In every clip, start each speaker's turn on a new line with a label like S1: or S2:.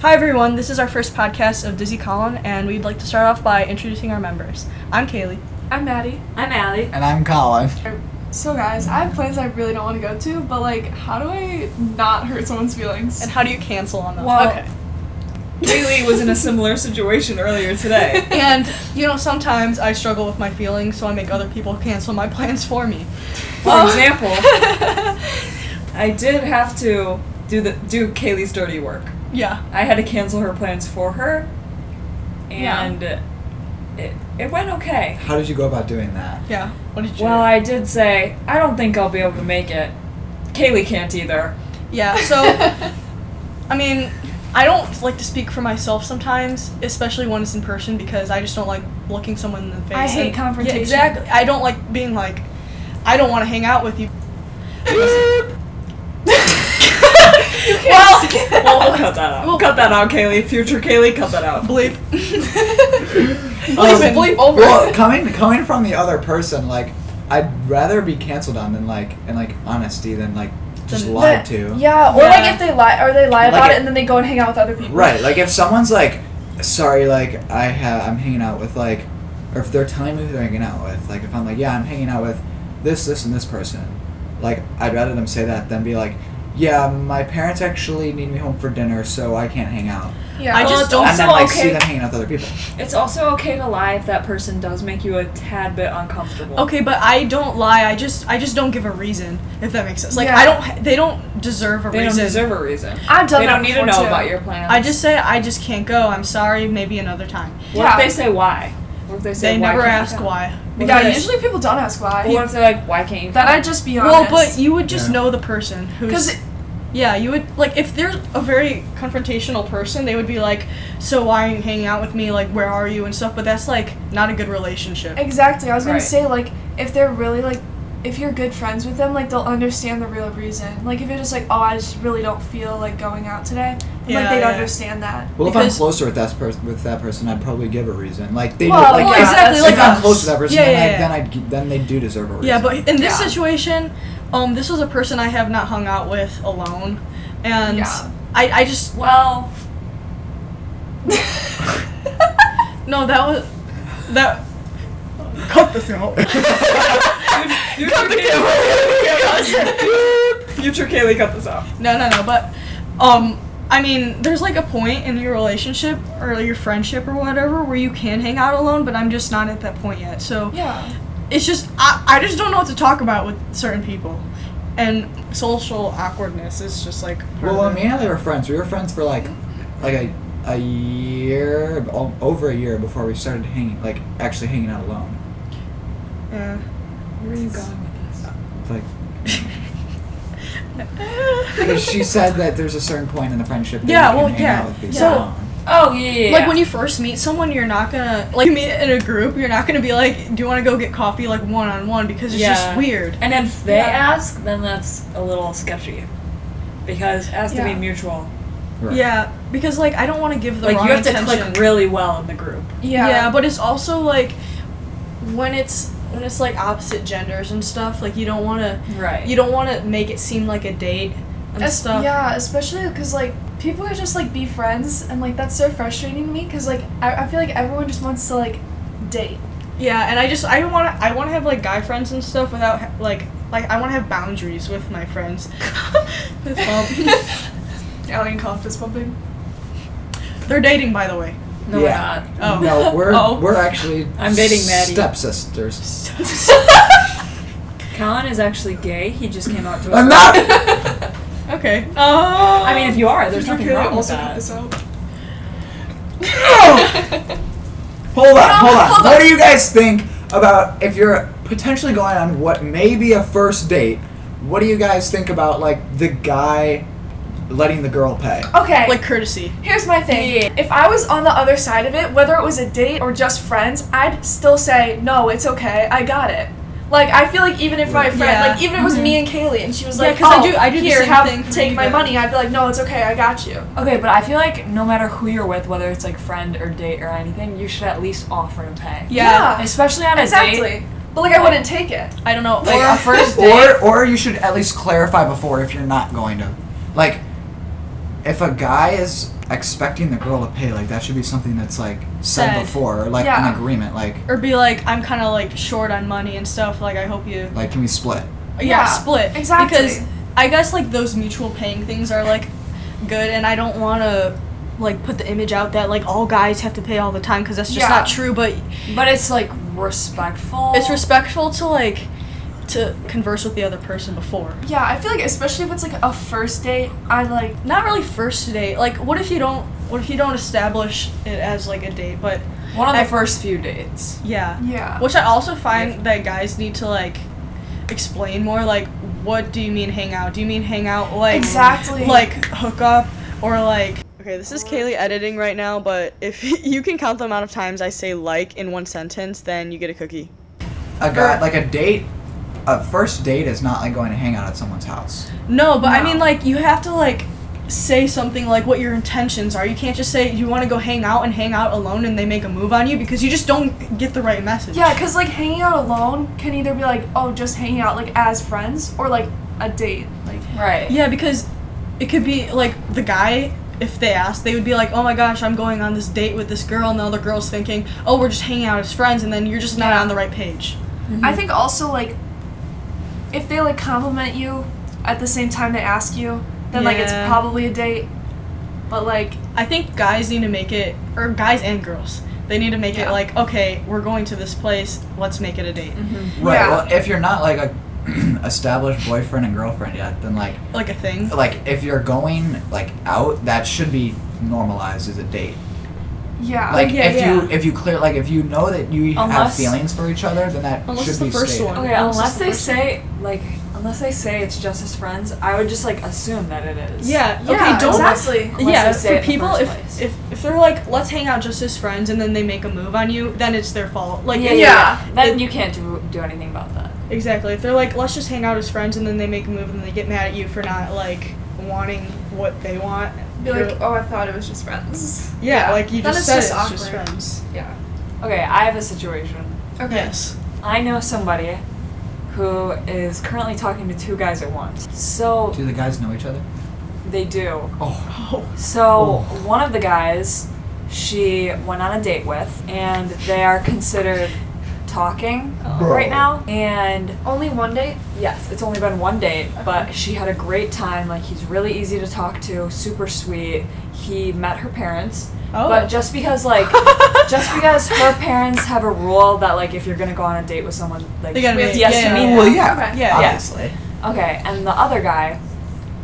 S1: Hi everyone, this is our first podcast of Dizzy Column, and we'd like to start off by introducing our members. I'm Kaylee.
S2: I'm Maddie.
S3: I'm Allie.
S4: And I'm Colin.
S2: So guys, I have plans I really don't want to go to, but like, how do I not hurt someone's feelings?
S1: And how do you cancel on those?
S3: Well-
S1: okay.
S3: Kaylee was in a similar situation earlier today.
S1: And you know, sometimes I struggle with my feelings, so I make other people cancel my plans for me.
S3: For example, I did have to do the do Kaylee's dirty work.
S1: Yeah.
S3: I had to cancel her plans for her, and it, it went okay.
S4: How did you go about doing that?
S1: Yeah. What did you?
S3: Well, I did say I don't think I'll be able to make it. Kaylee can't either.
S1: yeah. So I mean, I don't like to speak for myself sometimes, especially when it's in person, because I just don't like looking someone in the face.
S2: I hate
S1: And-
S2: confrontation.
S1: Yeah, exactly. I don't like being like, I don't want to hang out with you. well,
S3: Well, we'll cut that out.
S1: Well-
S3: cut that out, Kaylee. Future Kaylee, cut that out.
S1: bleep.
S4: Um,
S1: bleep, it, bleep over.
S4: Well,
S1: it.
S4: coming coming from the other person, like I'd rather be canceled on than like and like honesty than like just
S1: Than-
S4: lied
S5: But-
S4: to.
S5: Yeah, or
S1: Yeah.
S5: like if they lie or they lie
S4: Like
S5: about
S4: it-
S5: it and then they go and hang out with other people.
S4: Right. Like if someone's like, sorry, like I have I'm hanging out with like, or if they're telling me who they're hanging out with, like if I'm like, yeah, I'm hanging out with this, this, and this person, like I'd rather them say that than be like, yeah, my parents actually need me home for dinner, so I can't hang out.
S5: Yeah.
S1: I just
S3: well, it's
S1: don't-
S4: and then
S3: also
S4: like see
S3: okay.
S4: them hanging out with other people.
S3: It's also okay to lie if that person does make you a tad bit uncomfortable.
S1: Okay, but I don't lie. I just I just don't give a reason if that makes sense. Like
S5: Yeah.
S1: I don't. They don't deserve a
S3: They don't
S1: reason.
S3: deserve a reason.
S5: I've done
S3: They
S5: that
S3: don't need to
S5: before,
S3: know
S5: too.
S3: about your plans.
S1: I just say I just can't go. I'm sorry. Maybe another time.
S3: What
S5: Yeah.
S3: if they say why? What if they say
S1: They
S3: why
S1: never
S3: can't you
S1: ask
S3: come?
S1: why.
S3: What
S5: Yeah,
S3: if they-
S5: usually people don't ask
S3: But what
S5: why.
S3: if they're like, why can't you?
S5: That
S3: come?
S5: I'd just be
S1: Well,
S5: honest.
S1: but you would just
S4: Yeah.
S1: know the person
S5: because
S1: who's. Yeah, you would like if they're a very confrontational person, they would be like, "So why are you hanging out with me? Like, where are you and stuff." But that's like not a good relationship.
S5: exactly, I was gonna
S3: Right.
S5: say like if they're really like if you're good friends with them, like they'll understand the real reason. Like if you're just like, oh, I just really don't feel like going out today,
S1: Yeah,
S5: like they'd
S1: yeah.
S5: understand that.
S4: Well, if
S1: Because-
S4: I'm closer with that person, with that person, I'd probably give a reason. Like they, do,
S5: Well,
S4: like
S5: well,
S4: if-
S5: exactly,
S4: If
S5: like
S4: I'm
S5: us.
S4: close to that person,
S1: Yeah,
S4: then,
S1: yeah,
S4: I,
S1: yeah.
S4: then I'd gi- then they do deserve a reason.
S1: Yeah, but in this
S5: Yeah.
S1: situation, um, this was a person I have not hung out with alone, and
S5: Yeah.
S1: I, I just
S3: Well,
S1: no that was that. Cut this out.
S3: future Kaylee, future Kaylee cut this off.
S1: No, no, no. But, um, I mean, there's like a point in your relationship or your friendship or whatever where you can hang out alone, but I'm just not at that point yet. So
S5: Yeah.
S1: it's just I, I just don't know what to talk about with certain people, and social awkwardness is just like. part
S4: well,
S1: of
S4: me
S1: it.
S4: and Ellie were friends. We were friends for like, like a, a year, o- over a year before we started hanging, like actually hanging out alone.
S1: Yeah.
S3: Where are you going with this?
S4: It's Like, because she said that there's a certain point in the friendship. That
S1: Yeah,
S4: you
S1: well,
S4: can hang
S1: yeah.
S4: Out with people
S1: So-
S4: alone.
S3: Oh yeah, yeah, yeah.
S1: Like when you first meet someone, you're not gonna like you meet in a group. You're not gonna be like, "Do you want to go get coffee?" Like one on one because it's just
S3: Yeah.
S1: weird.
S3: and if they
S5: Yeah.
S3: ask, then that's a little sketchy, because it has to be
S5: Yeah.
S3: mutual.
S4: Right.
S1: Yeah, because like I don't want to give the
S3: like
S1: wrong
S3: you have
S1: attention.
S3: to click really well in the group.
S1: Yeah.
S5: Yeah.
S1: but it's also like when it's when it's like opposite genders and stuff. Like you don't want to
S3: Right.
S1: you don't want to make it seem like a date and
S5: Es-
S1: stuff.
S5: Yeah, especially because like people are just like be friends, and like that's so frustrating to me because like I, I feel like everyone just wants to like date.
S1: Yeah, and I just I want to I want to have like guy friends and stuff without ha- like like I want to have boundaries with my friends. Fist bump.
S5: Alien cough is pumping.
S1: They're dating, by the way.
S3: No,
S4: Yeah.
S3: we're not.
S1: Oh
S4: No, we're
S1: Oh.
S4: we're actually
S3: I'm dating Maddie.
S4: stepsisters.
S3: Colin is actually gay. He just came out to us.
S4: I'm not.
S1: okay. Oh.
S3: I mean, if you are, there's
S2: Future
S3: nothing
S2: Kaylee
S3: wrong with
S2: also cut
S3: that.
S2: this out.
S4: Oh!
S3: Oh.
S4: Hold on, hold on.
S5: hold
S4: What do you guys think about if you're potentially going on what may be a first date? What do you guys think about like the guy letting the girl pay?
S5: Okay.
S1: like courtesy.
S5: Here's my thing.
S3: Yeah.
S5: If I was on the other side of it, whether it was a date or just friends, I'd still say, no, it's okay, I got it. Like I feel like even if my friend,
S1: Yeah.
S5: like even if it was me and Kaylee, and she was
S1: Yeah,
S5: like,
S1: 'cause I
S5: oh,
S1: do- I do the
S5: here,
S1: same
S5: have,
S1: thing for
S5: take
S1: you
S5: my
S1: guys."
S5: money. I'd be like, no, it's okay, I got you.
S2: Okay, but I feel like no matter who you're with, whether it's like friend or date or anything, you should at least offer to pay.
S1: Yeah.
S2: Especially on a date.
S5: exactly. But like I wouldn't take it.
S1: I don't know.
S2: Like
S1: or
S2: a first date.
S4: Or or you should at least clarify before if you're not going to. Like if a guy is expecting the girl to pay, like that should be something that's like said,
S1: Said.
S4: before, or, like
S2: Yeah.
S4: an agreement, like
S1: Or be like, I'm kind of like short on money and stuff. Like, I hope you.
S4: like can we split?
S1: Yeah,
S2: Yeah,
S1: split.
S2: exactly.
S1: Because I guess like those mutual paying things are like good, and I don't want to like put the image out that like all guys have to pay all the time because that's just
S2: Yeah.
S1: not true. But
S3: But it's like respectful.
S1: it's respectful to like to converse with the other person before.
S2: Yeah, I feel like especially if it's like a first date, I like
S1: Not really first date. Like, what if you don't? What if you don't establish it as like a date? But
S3: One of
S1: I-
S3: the first few dates.
S1: yeah.
S2: yeah.
S1: Which I also find that guys need to like explain more. Like, what do you mean hang out? Do you mean hang out like
S2: Exactly.
S1: like hook up or like? Okay, this is Kaylee editing right now, but if you can count the amount of times I say like in one sentence, then you get a cookie.
S4: A guy
S1: Or-
S4: like a date, a first date is not like going to hang out at someone's house.
S1: No, but I mean
S2: No.
S1: like you have to like say something like what your intentions are. You can't just say you want to go hang out and hang out alone and they make a move on you because you just don't get the right message.
S2: Yeah, because like hanging out alone can either be like, oh, just hanging out like as friends or like a date. Like,
S3: Right.
S1: Yeah, because it could be like the guy, if they asked, they would be like, "Oh my gosh, I'm going on this date with this girl," and the other girl's thinking, "Oh, we're just hanging out as friends," and then you're just not
S2: Yeah.
S1: on the right page.
S2: I think also like if they like compliment you at the same time they ask you, then like it's
S1: Yeah.
S2: probably a date. But like
S1: I think guys need to make it, or guys and girls, they need to make it
S2: Yeah.
S1: like, "Okay, we're going to this place. Let's make it a date,
S4: Right.
S2: Yeah.
S4: Well, if you're not like a established boyfriend and girlfriend yet, then like
S3: Mm.
S1: like a thing."
S4: like if you're going like out, that should be normalized as a date.
S2: yeah.
S4: Like
S1: Uh, yeah,
S4: if
S1: yeah.
S4: you if you clear like if you know that you have
S3: Unless-
S4: feelings for each other, then that
S1: Unless
S4: should
S1: it's the
S4: be
S1: first
S4: stated.
S1: one.
S3: Okay,
S1: Unless
S3: unless
S1: it's the
S3: they
S1: first
S3: say like unless they say it's just as friends, I would just like assume that it is.
S1: Yeah.
S2: Yeah,
S1: okay. Don't.
S2: exactly.
S3: Unless
S1: yeah,
S3: they say it in
S1: for
S3: the
S1: people,
S3: first
S1: if,
S3: place.
S1: if if they're like, let's hang out just as friends, and then they make a move on you, then it's their fault. Like,
S3: yeah,
S1: if-
S3: yeah,
S2: Yeah.
S3: yeah. Then you can't do do anything about that.
S1: Exactly. If they're like, let's just hang out as friends, and then they make a move, and they get mad at you for not like wanting what they want.
S2: Be like,
S1: you're-
S2: oh, I thought it was just friends.
S1: yeah, like you
S2: Then
S1: just
S2: it's
S1: said
S2: just
S1: it's just
S2: awkward.
S1: friends.
S2: Yeah.
S3: Okay, I have a situation.
S2: Okay.
S1: Yes.
S3: I know somebody who is currently talking to two guys at once. So
S4: Do the guys know each other?
S3: they do.
S4: Oh,
S1: Oh.
S3: So
S4: Oh.
S3: one of the guys she went on a date with, and they are considered talking
S4: Bro.
S3: right now. And
S2: Only one date?
S3: Yes, it's only been one date, but she had a great time. Like he's really easy to talk to, super sweet. He met her parents,
S1: Oh.
S3: but just because like just because her parents have a rule that like if you're gonna go on a date with someone, like
S1: They gotta
S3: she
S1: meet-
S3: has
S1: yeah,
S3: to meet
S1: yeah,
S3: them.
S4: well, yeah,
S2: Okay.
S1: Yeah.
S4: obviously.
S3: Okay, and the other guy,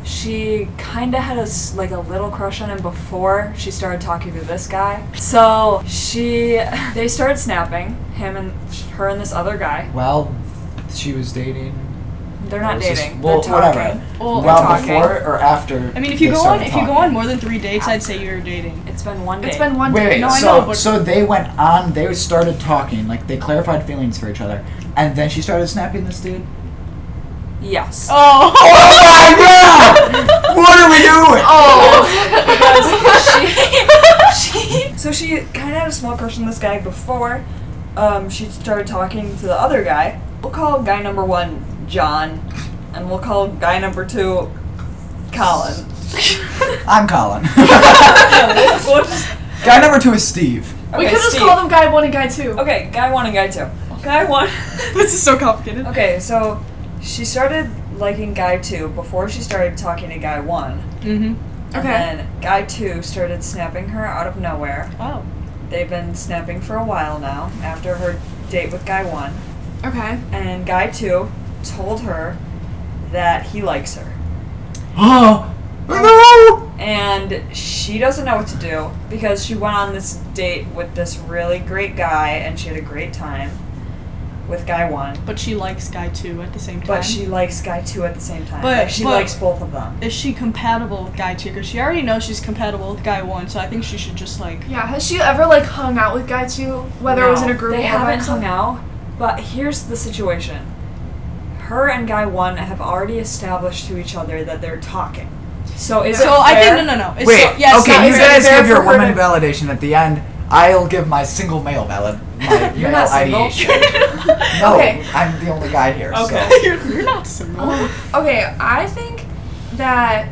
S3: she kind of had a s- like a little crush on him before she started talking to this guy. So she they started snapping him and her and this other guy.
S4: Well, she was dating.
S3: They're not
S4: It was just-
S3: dating.
S4: well,
S3: they're talking.
S4: whatever.
S1: Well,
S4: well,
S3: talking.
S4: before or after?
S1: I mean, if you
S4: they
S1: go on
S4: started
S1: if you go
S4: talking?
S1: on more than three dates, I'd say you're dating.
S3: It's been one date.
S2: It's been one
S4: Wait,
S2: date.
S4: wait.
S1: No, I
S4: so,
S1: know, but-
S4: so they went on. They started talking. Like they clarified feelings for each other, and then she started snapping this dude.
S3: yes.
S1: Oh.
S4: Oh my god! what are we doing? Oh.
S3: she, so she kind of had a small crush on this guy before um, she started talking to the other guy. We'll call guy number one John, and we'll call guy number two Colin.
S4: I'm Colin.
S3: We'll just-
S4: Guy number two is Steve.
S2: we
S3: okay,
S2: could just
S3: Steve.
S2: call them guy one and guy two.
S3: Okay, guy one and guy two. Guy one.
S1: this is so complicated.
S3: okay, so she started liking guy two before she started talking to guy one.
S1: Mhm.
S2: Okay.
S3: And then guy two started snapping her out of nowhere.
S1: Wow.
S3: They've been snapping for a while now after her date with guy one.
S2: Okay.
S3: and guy two told her that he likes her
S4: Oh no!
S3: and she doesn't know what to do because she went on this date with this really great guy and she had a great time with guy one
S1: But she likes guy two at the same time.
S3: but she likes guy two at the same time
S1: But-
S3: like she
S1: but-
S3: likes both of them
S1: Is she compatible with guy two? Because she already knows she's compatible with guy one, so I think she should just like.
S2: Yeah, has she ever like hung out with guy two, whether it was in
S3: No,
S2: a group
S3: they
S2: or by
S3: haven't
S2: herself?
S3: hung out but here's the situation her and guy one have already established to each other that they're talking so is
S1: So
S3: it
S1: I
S3: fair?
S1: think no, no, no. It's so, yeah, it's not
S4: okay, you
S1: fair.
S4: guys
S3: fair
S4: give your
S3: for her
S4: woman
S3: to-
S4: validation at the end. I'll give my single male valid. My
S3: You're
S4: male
S3: not single.
S4: ideation. No,
S2: Okay.
S4: I'm the only guy here.
S1: Okay,
S4: So.
S5: Oh,
S1: you're, you're not single.
S2: Okay, I think that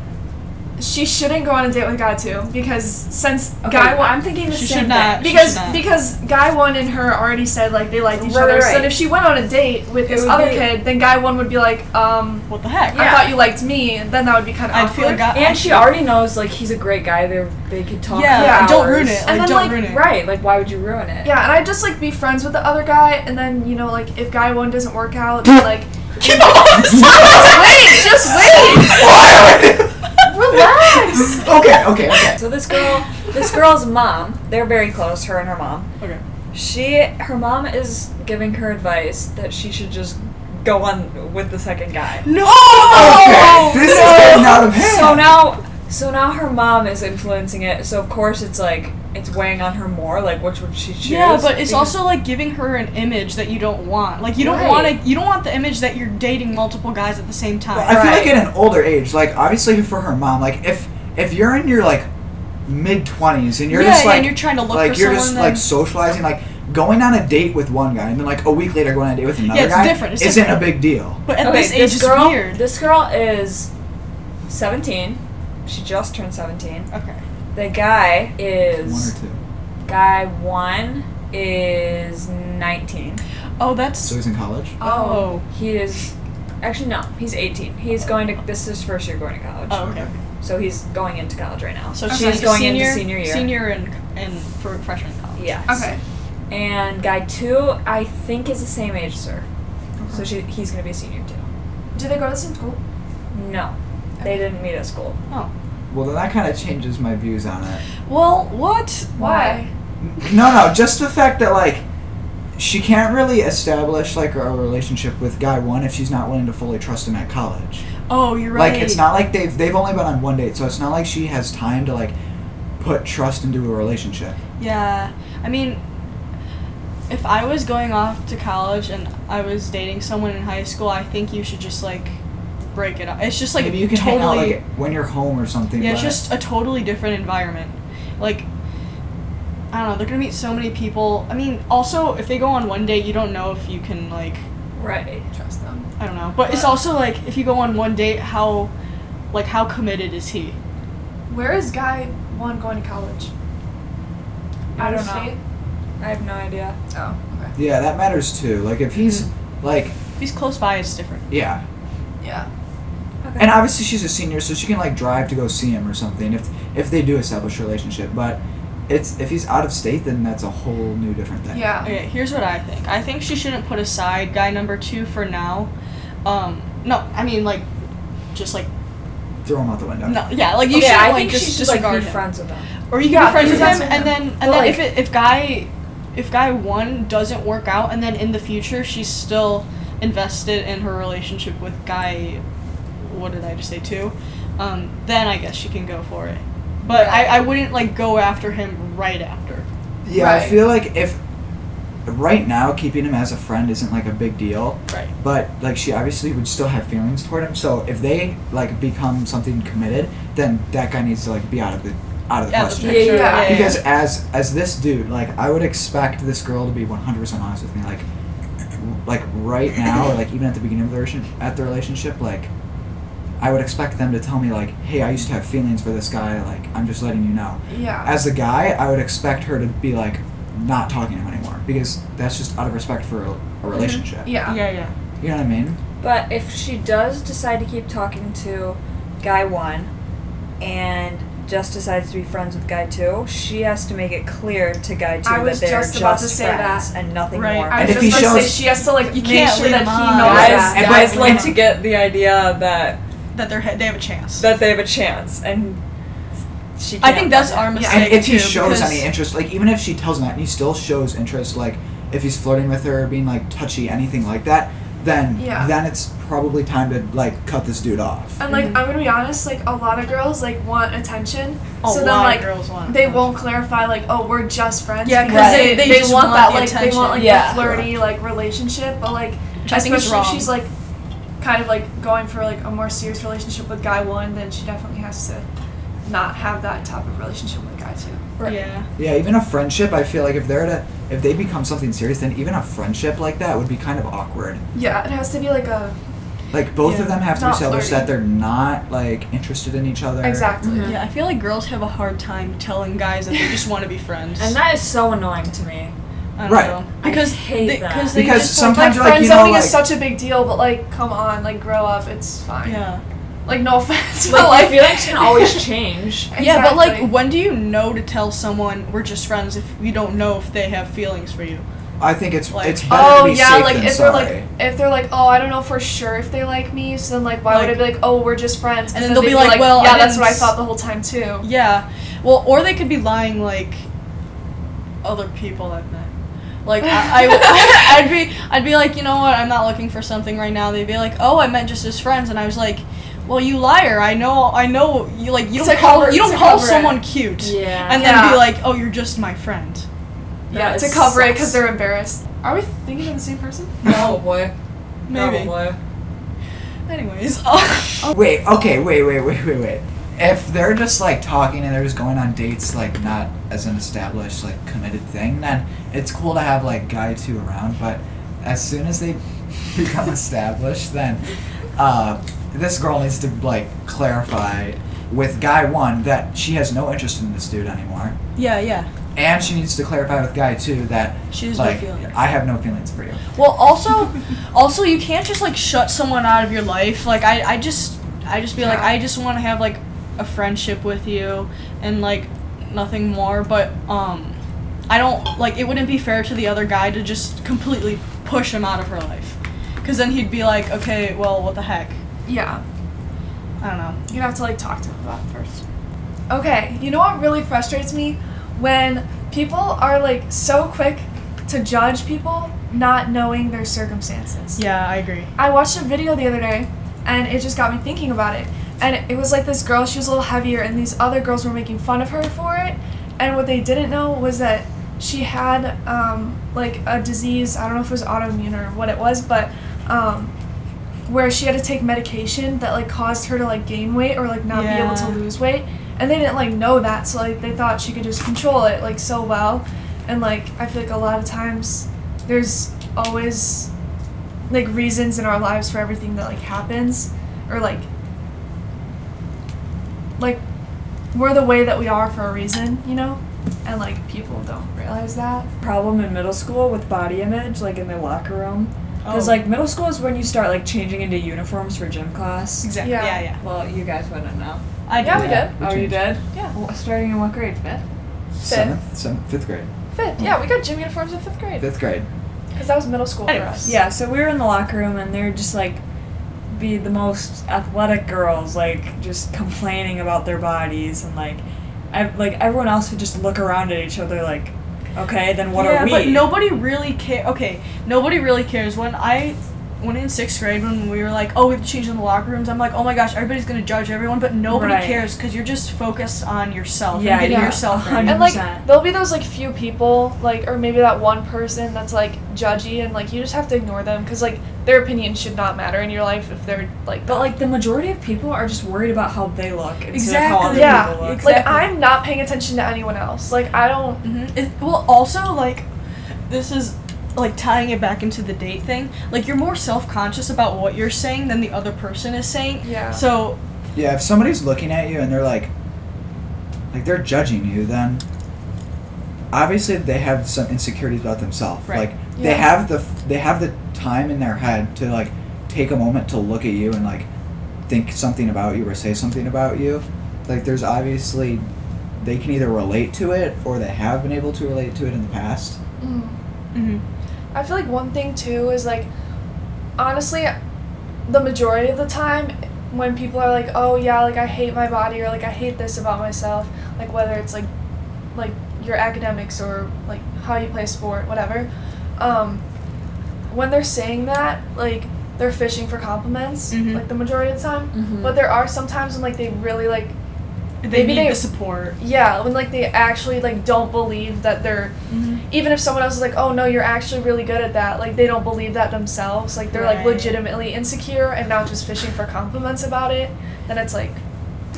S5: she shouldn't go on a date with guy two because since
S3: Okay.
S5: guy one, I'm thinking the
S1: She
S5: same
S1: should not.
S5: thing.
S1: She
S5: because
S1: should not.
S5: because guy one and her already said like they liked each
S3: Right,
S5: other.
S3: right,
S5: So
S3: right.
S5: then if she went on a date with
S3: It
S5: this
S3: would
S5: other
S3: be-
S5: kid, then guy one would be like, um,
S1: What the heck?
S5: I
S3: Yeah.
S5: thought you liked me. And then that would be kind of
S1: I'd feel
S5: awkward.
S1: like I-
S3: And she already knows like he's a great guy. They they could talk.
S1: yeah,
S3: for
S1: like, don't
S3: hours.
S1: ruin it. Like,
S5: And then,
S1: don't
S5: like,
S1: ruin it.
S3: Right. Like why would you ruin it?
S5: yeah, and I'd just like be friends with the other guy, and then you know like if guy one doesn't work out, then, like just wait, just wait, relax.
S4: okay, okay, okay.
S3: So this girl, this girl's mom, they're very close. Her and her mom.
S1: Okay.
S3: She, her mom is giving her advice that she should just go on with the second guy.
S1: No. Oh,
S4: Okay, this is getting out of hand.
S3: So now, so now her mom is influencing it. So of course it's like it's weighing on her more. Like which would she choose?
S1: Yeah, but it's
S3: Because-
S1: also like giving her an image that you don't want. Like you don't
S3: Right.
S1: want to. You don't want the image that you're dating multiple guys at the same time.
S4: I feel like
S3: Right.
S4: in an older age, like obviously for her mom, like if if you're in your like mid twenties and you're
S1: yeah,
S4: just like
S1: and you're trying to look
S4: like
S1: for
S4: you're
S1: someone.
S4: just
S1: then-
S4: like socializing, like going on a date with one guy and then like a week later going on a date with another
S1: Yeah, it's
S4: guy
S1: different, it's
S4: isn't
S1: different.
S4: a big deal.
S1: but at
S3: okay,
S1: this age,
S3: girl,
S1: it's weird.
S3: This girl is seventeen. She just turned seventeen.
S1: okay.
S3: The guy
S4: One
S3: is
S4: or two.
S3: guy one is nineteen.
S1: Oh, that's.
S4: So he's in college.
S1: oh.
S3: He is actually no, he's 18. He's going to this is his first year going to college.
S1: Oh, okay.
S3: So he's going into college right now.
S1: So
S5: Okay.
S1: she's
S5: So he's
S1: going
S3: going into
S1: into
S3: senior year.
S1: Senior and and for freshman college.
S3: Yes.
S5: Okay.
S3: And guy 2 I think is the same age as her. So she, he's going to be a senior too.
S5: Do they go to the same school?
S3: No. They didn't meet at school.
S4: Well, then that kind of changes my views on it.
S1: Oh. Well, what?
S5: Why?
S4: No, no, just the fact that like she can't really establish like a relationship with guy one if she's not willing to fully trust him at college.
S1: Oh, you're right.
S4: Like it's not like they've they've only been on one date, so it's not like she has time to like put trust into a relationship.
S1: Yeah. I mean, if I was going off to college and I was dating someone in high school, I think you should just like break it up. It's just like
S4: Maybe you can
S1: totally.
S4: hang out like when you're home or something.
S1: yeah, it's
S4: but-
S1: just a totally different environment. Like. I don't know. They're gonna meet so many people. I mean, also if they go on one date, you don't know if you can like
S3: Right.
S5: Trust them.
S1: I don't know. But it's also like if you go on one date, how like how committed is he?
S5: Where is guy one going to college?
S3: I don't know. I have no idea.
S5: Oh, okay.
S4: yeah, that matters too. Like if he's
S1: Mm-hmm.
S4: like
S1: If he's close by, it's different.
S4: yeah,
S5: Yeah.
S3: Okay.
S4: and obviously she's a senior, so she can like drive to go see him or something if if they do establish a relationship. But it's if he's out of state, then that's a whole new different thing.
S5: Yeah.
S1: Okay, here's what I think. I think she shouldn't put aside guy number two for now. Um, no, I mean like, just like
S4: throw him out the window.
S1: no, yeah, like you
S3: Okay,
S1: should
S3: I
S1: like
S3: think
S1: just
S3: she should like,
S1: disregard
S3: be
S1: him.
S3: friends with him.
S1: or you can
S5: Yeah,
S1: be friends
S5: be
S1: with
S5: friends
S1: him,
S5: with
S1: and
S5: him.
S1: then and
S3: But,
S1: then
S3: like-
S1: if it, if guy if guy one doesn't work out, and then in the future she's still invested in her relationship with guy. What did I just say? Two. Um, then I guess she can go for it. But I, I wouldn't like go after him right after.
S4: Yeah, I
S5: Right.
S4: feel like if right now keeping him as a friend isn't like a big deal,
S1: Right.
S4: but like she obviously would still have feelings toward him. So if they like become something committed, then that guy needs to like be out of the out of the
S1: Yeah, the
S4: question.
S1: picture, yeah,
S5: Yeah,
S1: yeah.
S4: Because as as this dude, like I would expect this girl to be 100% honest with me like like right now or like even at the beginning of the relationship, at the relationship like I would expect them to tell me like, "Hey, I used to have feelings for this guy, like I'm just letting you know."
S5: Yeah.
S4: as a guy, I would expect her to be like not talking to him anymore because that's just out of respect for a, a relationship.
S5: Mm-hmm. Yeah.
S1: yeah, yeah.
S4: You know what I mean?
S3: But if she does decide to keep talking to guy one and just decides to be friends with guy two, she has to make it clear to guy two
S5: I
S3: that
S5: was
S3: they're
S5: just about to say
S3: friends
S5: that.
S3: and nothing
S1: Right.
S3: more.
S5: I
S4: And
S5: was
S4: if he
S5: just gonna say
S4: shows-
S5: she has to like
S1: You
S5: make
S1: can't
S5: sure
S1: lead
S5: that
S1: him
S5: he
S1: on.
S5: knows
S3: guys,
S5: that.
S4: and
S3: guys
S4: but-
S3: like to get the idea that
S1: That they're they have a chance.
S3: that they have a chance, and she. Can't
S1: I think that's our mistake.
S4: and if he
S1: too,
S4: shows
S1: because-
S4: any interest, like even if she tells him that and he still shows interest, like if he's flirting with her, being like touchy, anything like that, then
S5: Yeah.
S4: then it's probably time to like cut this dude off.
S5: And like I'm gonna be honest, like a lot of girls like want attention.
S1: a
S5: so then
S1: lot
S5: like
S1: of girls want
S5: they
S1: attention.
S5: won't clarify like, oh, we're just friends.
S1: Yeah, 'cause
S5: because
S1: they-
S5: they,
S1: they just
S5: want,
S1: want
S5: that
S1: the
S5: like they want like
S3: attention. Yeah.
S5: the flirty like relationship, but like
S1: Which I think
S5: especially
S1: is
S5: if
S1: wrong.
S5: she's like kind of like going for like a more serious relationship with guy one, then she definitely has to not have that type of relationship with guy two.
S3: Right.
S1: yeah.
S4: Yeah, even a friendship, I feel like if they're to if they become something serious, then even a friendship like that would be kind of awkward.
S5: Yeah, it has to be like a
S4: Like both
S3: Yeah.
S4: of them have to
S5: Not
S4: establish
S5: flirting.
S4: that they're not like interested in each other.
S5: Exactly.
S3: Mhm.
S1: Yeah, I feel like girls have a hard time telling guys that they just want to be friends.
S3: And that is so annoying to me.
S1: I don't
S4: Right.
S1: know.
S3: I
S1: Because
S3: hate
S1: they,
S3: that.
S1: Cause they
S4: Because
S1: just
S4: some-
S1: want-
S5: Like
S4: Sometimes, like,
S5: friend
S4: you know,
S5: zoning
S4: like-
S5: is such a big deal, but like, come on, like grow up. It's fine.
S1: yeah.
S5: Like no offense,
S3: Like,
S5: but like
S3: your feelings can always change.
S1: Yeah, but like,
S5: Exactly.
S1: when do you know to tell someone we're just friends if you don't know if they have feelings for you?
S4: I think it's
S1: Like-
S4: it's better
S5: Oh
S4: to be
S5: yeah,
S4: safe
S5: like
S4: than
S5: if
S4: sorry.
S5: they're like if they're like, oh, I don't know for sure if they like me, so then like why would I
S1: Like-
S5: be like, oh, we're just friends? 'Cause
S1: And then they'll
S5: they'd
S1: be like, well,
S5: yeah,
S1: I
S5: that's
S1: didn't
S5: what I
S1: s-
S5: thought the whole time too.
S1: Yeah. Well, or they could be lying like other people I've met. Like I, I would be, I'd be like, you know what? I'm not looking for something right now. They'd be like, oh, I meant just as friends, and I was like, well, you liar. I know, I know. You like, you
S5: It's
S1: don't
S5: a
S1: call,
S5: cover-
S1: you
S5: it's
S1: don't
S5: a
S1: call
S5: cover.
S1: someone cute,
S3: Yeah.
S1: and then
S5: Yeah.
S1: be like, oh, you're just my friend.
S5: Yeah,
S3: That
S5: to
S3: is
S5: cover it because
S3: sus.
S5: they're embarrassed. Are we thinking of the same person?
S3: Probably.
S1: Maybe.
S3: Probably.
S1: Anyways.
S4: Oh, Wait, okay, wait, wait, wait, wait, wait. If they're just like talking and they're just going on dates, like not as an established, like committed thing, then it's cool to have like guy two around. But as soon as they become established, then uh, this girl needs to like clarify with guy one that she has no interest in this dude anymore,
S1: yeah, yeah.
S4: and she needs to clarify with guy two that
S1: She has no
S4: like
S1: feelings.
S4: I have no feelings for you.
S1: Well, also, also you can't just like shut someone out of your life. Like I, I just, I just be like,
S5: Yeah.
S1: I just want to have like a friendship with you, and like nothing more. But um, I don't like. It wouldn't be fair to the other guy to just completely push him out of her life, because then he'd be like, okay, well, what the heck?
S5: Yeah,
S1: I don't know.
S5: you'd have to like talk to him about it first. Okay, you know what really frustrates me when people are like so quick to judge people not knowing their circumstances.
S1: Yeah, I agree.
S5: I watched a video the other day and it just got me thinking about it. And it was like this girl, she was a little heavier, and these other girls were making fun of her for it. And what they didn't know was that she had um, like a disease, I don't know if it was autoimmune or what it was, but um, where she had to take medication that like caused her to like gain weight or like not be able to
S1: Yeah.
S5: lose weight. And they didn't like know that, so like they thought she could just control it like so well. And like I feel like a lot of times there's always like reasons in our lives for everything that like happens or like like we're the way that we are for a reason you know and like people don't realize that
S3: Problem in middle school with body image, like in the locker room. Because,
S1: Oh.
S3: like, middle school is when you start, like, changing into uniforms for gym class.
S1: exactly. Yeah,
S5: Yeah.
S1: yeah.
S3: Well, you guys wouldn't know.
S1: I do.
S5: Yeah, we did.
S3: oh, you
S4: changed.
S3: did?
S5: Yeah.
S3: Well, starting in what grade? Fifth?
S4: Seventh, seventh, fifth grade,
S5: fifth yeah we got gym uniforms in fifth grade
S4: fifth grade.
S5: because that was middle school for
S1: Anyways.
S5: us
S3: Yeah, so we were in the locker room and they were just like be the most athletic girls, like just complaining about their bodies and like I like everyone else would just look around at each other like, okay, then what
S1: yeah,
S3: are we?
S1: But nobody really care. Okay, nobody really cares. When I, when in sixth grade, when we were like, oh, we have to change in the locker rooms, I'm like, oh my gosh, everybody's gonna judge everyone, but nobody
S3: Right.
S1: cares because you're just focused on yourself
S3: Yeah,
S1: and getting
S5: yeah,
S1: yourself
S3: a
S1: ready.
S3: hundred.
S5: and like
S3: 100%.
S5: there'll be those like few people like or maybe that one person that's like judgy and like you just have to ignore them because like their opinion should not matter in your life if they're like
S3: But
S5: that.
S3: like the majority of people are just worried about how they look instead of
S1: Exactly.
S3: how other
S5: Yeah.
S3: people look.
S5: like
S1: Exactly.
S5: i'm not paying attention to anyone else like i don't
S1: Mhm. It, well, also like, this is like tying it back into the date thing. Like you're more self conscious about what you're saying than the other person is saying.
S5: Yeah.
S1: So
S4: Yeah, if somebody's looking at you and they're like, like they're judging you, then obviously they have some insecurities about themselves.
S1: Right.
S4: Like they
S5: Yeah.
S4: have the they have the time in their head to like take a moment to look at you and like think something about you or say something about you. Like there's obviously they can either relate to it or they have been able to relate to it in the past.
S5: Mm.
S1: Mhm.
S5: I feel like one thing too is like, honestly, the majority of the time when people are like, oh yeah, like I hate my body or like I hate this about myself, like whether it's like, like your academics or like how you play a sport, whatever. Um, when they're saying that, like they're fishing for compliments,
S1: Mhm.
S5: like the majority of the time.
S3: Mhm.
S5: But there are some times when like they really like
S1: they
S5: Maybe
S1: need
S5: they-
S1: the support.
S5: yeah, when like they actually like don't believe that they're
S3: Mm-hmm.
S5: even if someone else is like, "Oh no, you're actually really good at that." Like they don't believe that themselves. Like they're like
S1: Right.
S5: legitimately insecure and not just fishing for compliments about it. Then it's like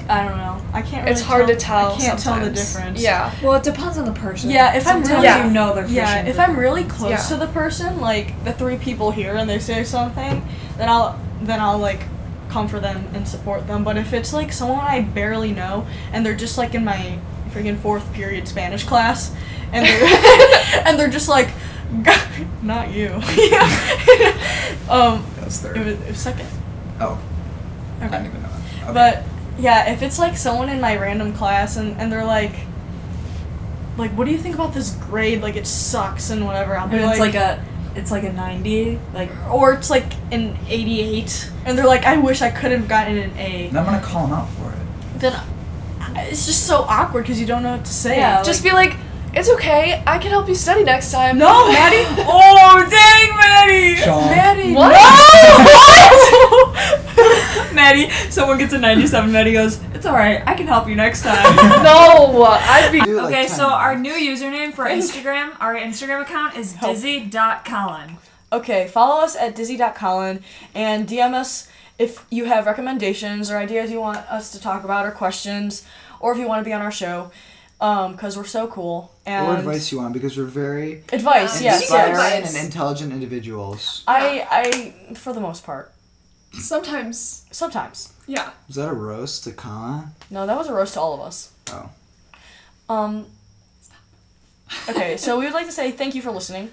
S1: I don't know. I can't. Really
S5: it's hard to tell.
S1: I can't tell the
S5: sometimes.
S1: difference.
S5: Yeah.
S3: well, it depends on the person.
S1: Yeah, if I'm
S3: Sometimes
S1: really-
S5: Yeah.
S3: you know they're fishing.
S1: Yeah, if
S3: for
S1: I'm really close
S5: Yeah.
S1: to the person, like the three people here, and they say something, then I'll then I'll like come for them and support them. But if it's like someone I barely know and they're just like in my freaking fourth period Spanish class and they're and they're just like "G- not you. yeah. um
S4: That's third.
S1: it was, it was second.
S4: oh, I
S1: Okay.
S4: didn't even know that. Okay.
S1: But yeah, if it's like someone in my random class and, and they're like like what do you think about this grade? Like it sucks and whatever. I'll be
S3: And it's
S1: like
S3: like a, it's like a ninety. Like
S1: or it's like an 88 and they're like i wish i could have gotten an a
S4: and I'm gonna call him out for it.
S1: then I- it's just so awkward because you don't know what to say
S3: Yeah,
S1: just
S5: Just be like, it's okay. I can help you study next time.
S1: no maddie
S3: oh dang, Maddie!
S4: Sean.
S3: Maddie,
S5: What?
S1: what
S3: Maddie, someone gets a ninety-seven. Maddie goes, "It's all right. I can help you next time."
S5: No, I'd be.
S4: Do, like,
S2: Okay,
S4: 10
S2: so our new
S4: minutes.
S2: username for Instagram, our Instagram account is dizzy.colin.
S1: okay follow us at dizzy.colin and dm us if you have recommendations or ideas you want us to talk about or questions or if you want to be on our show because we're so cool and
S4: What advice you want? Because we're very
S1: advice yes,
S4: inspiring
S1: yes.
S5: advice.
S4: and intelligent individuals.
S1: I, I for the most part
S5: Sometimes,
S1: sometimes
S5: yeah.
S4: Is that a roast? A con?
S1: No, that was a roast to all of us.
S4: Oh.
S1: Um. Okay, so we would like to say thank you for listening,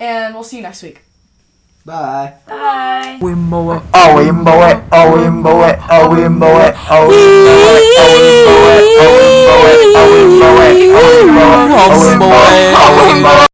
S1: and we'll see you next week.
S4: Bye.
S2: Bye.
S6: Oh, we mow it, oh, we mow it, oh, we mow it, oh, we mow it, oh, we mow it, oh, we mow it, oh, we mow it, oh, we mow it, oh, we mow it, oh, we mow it.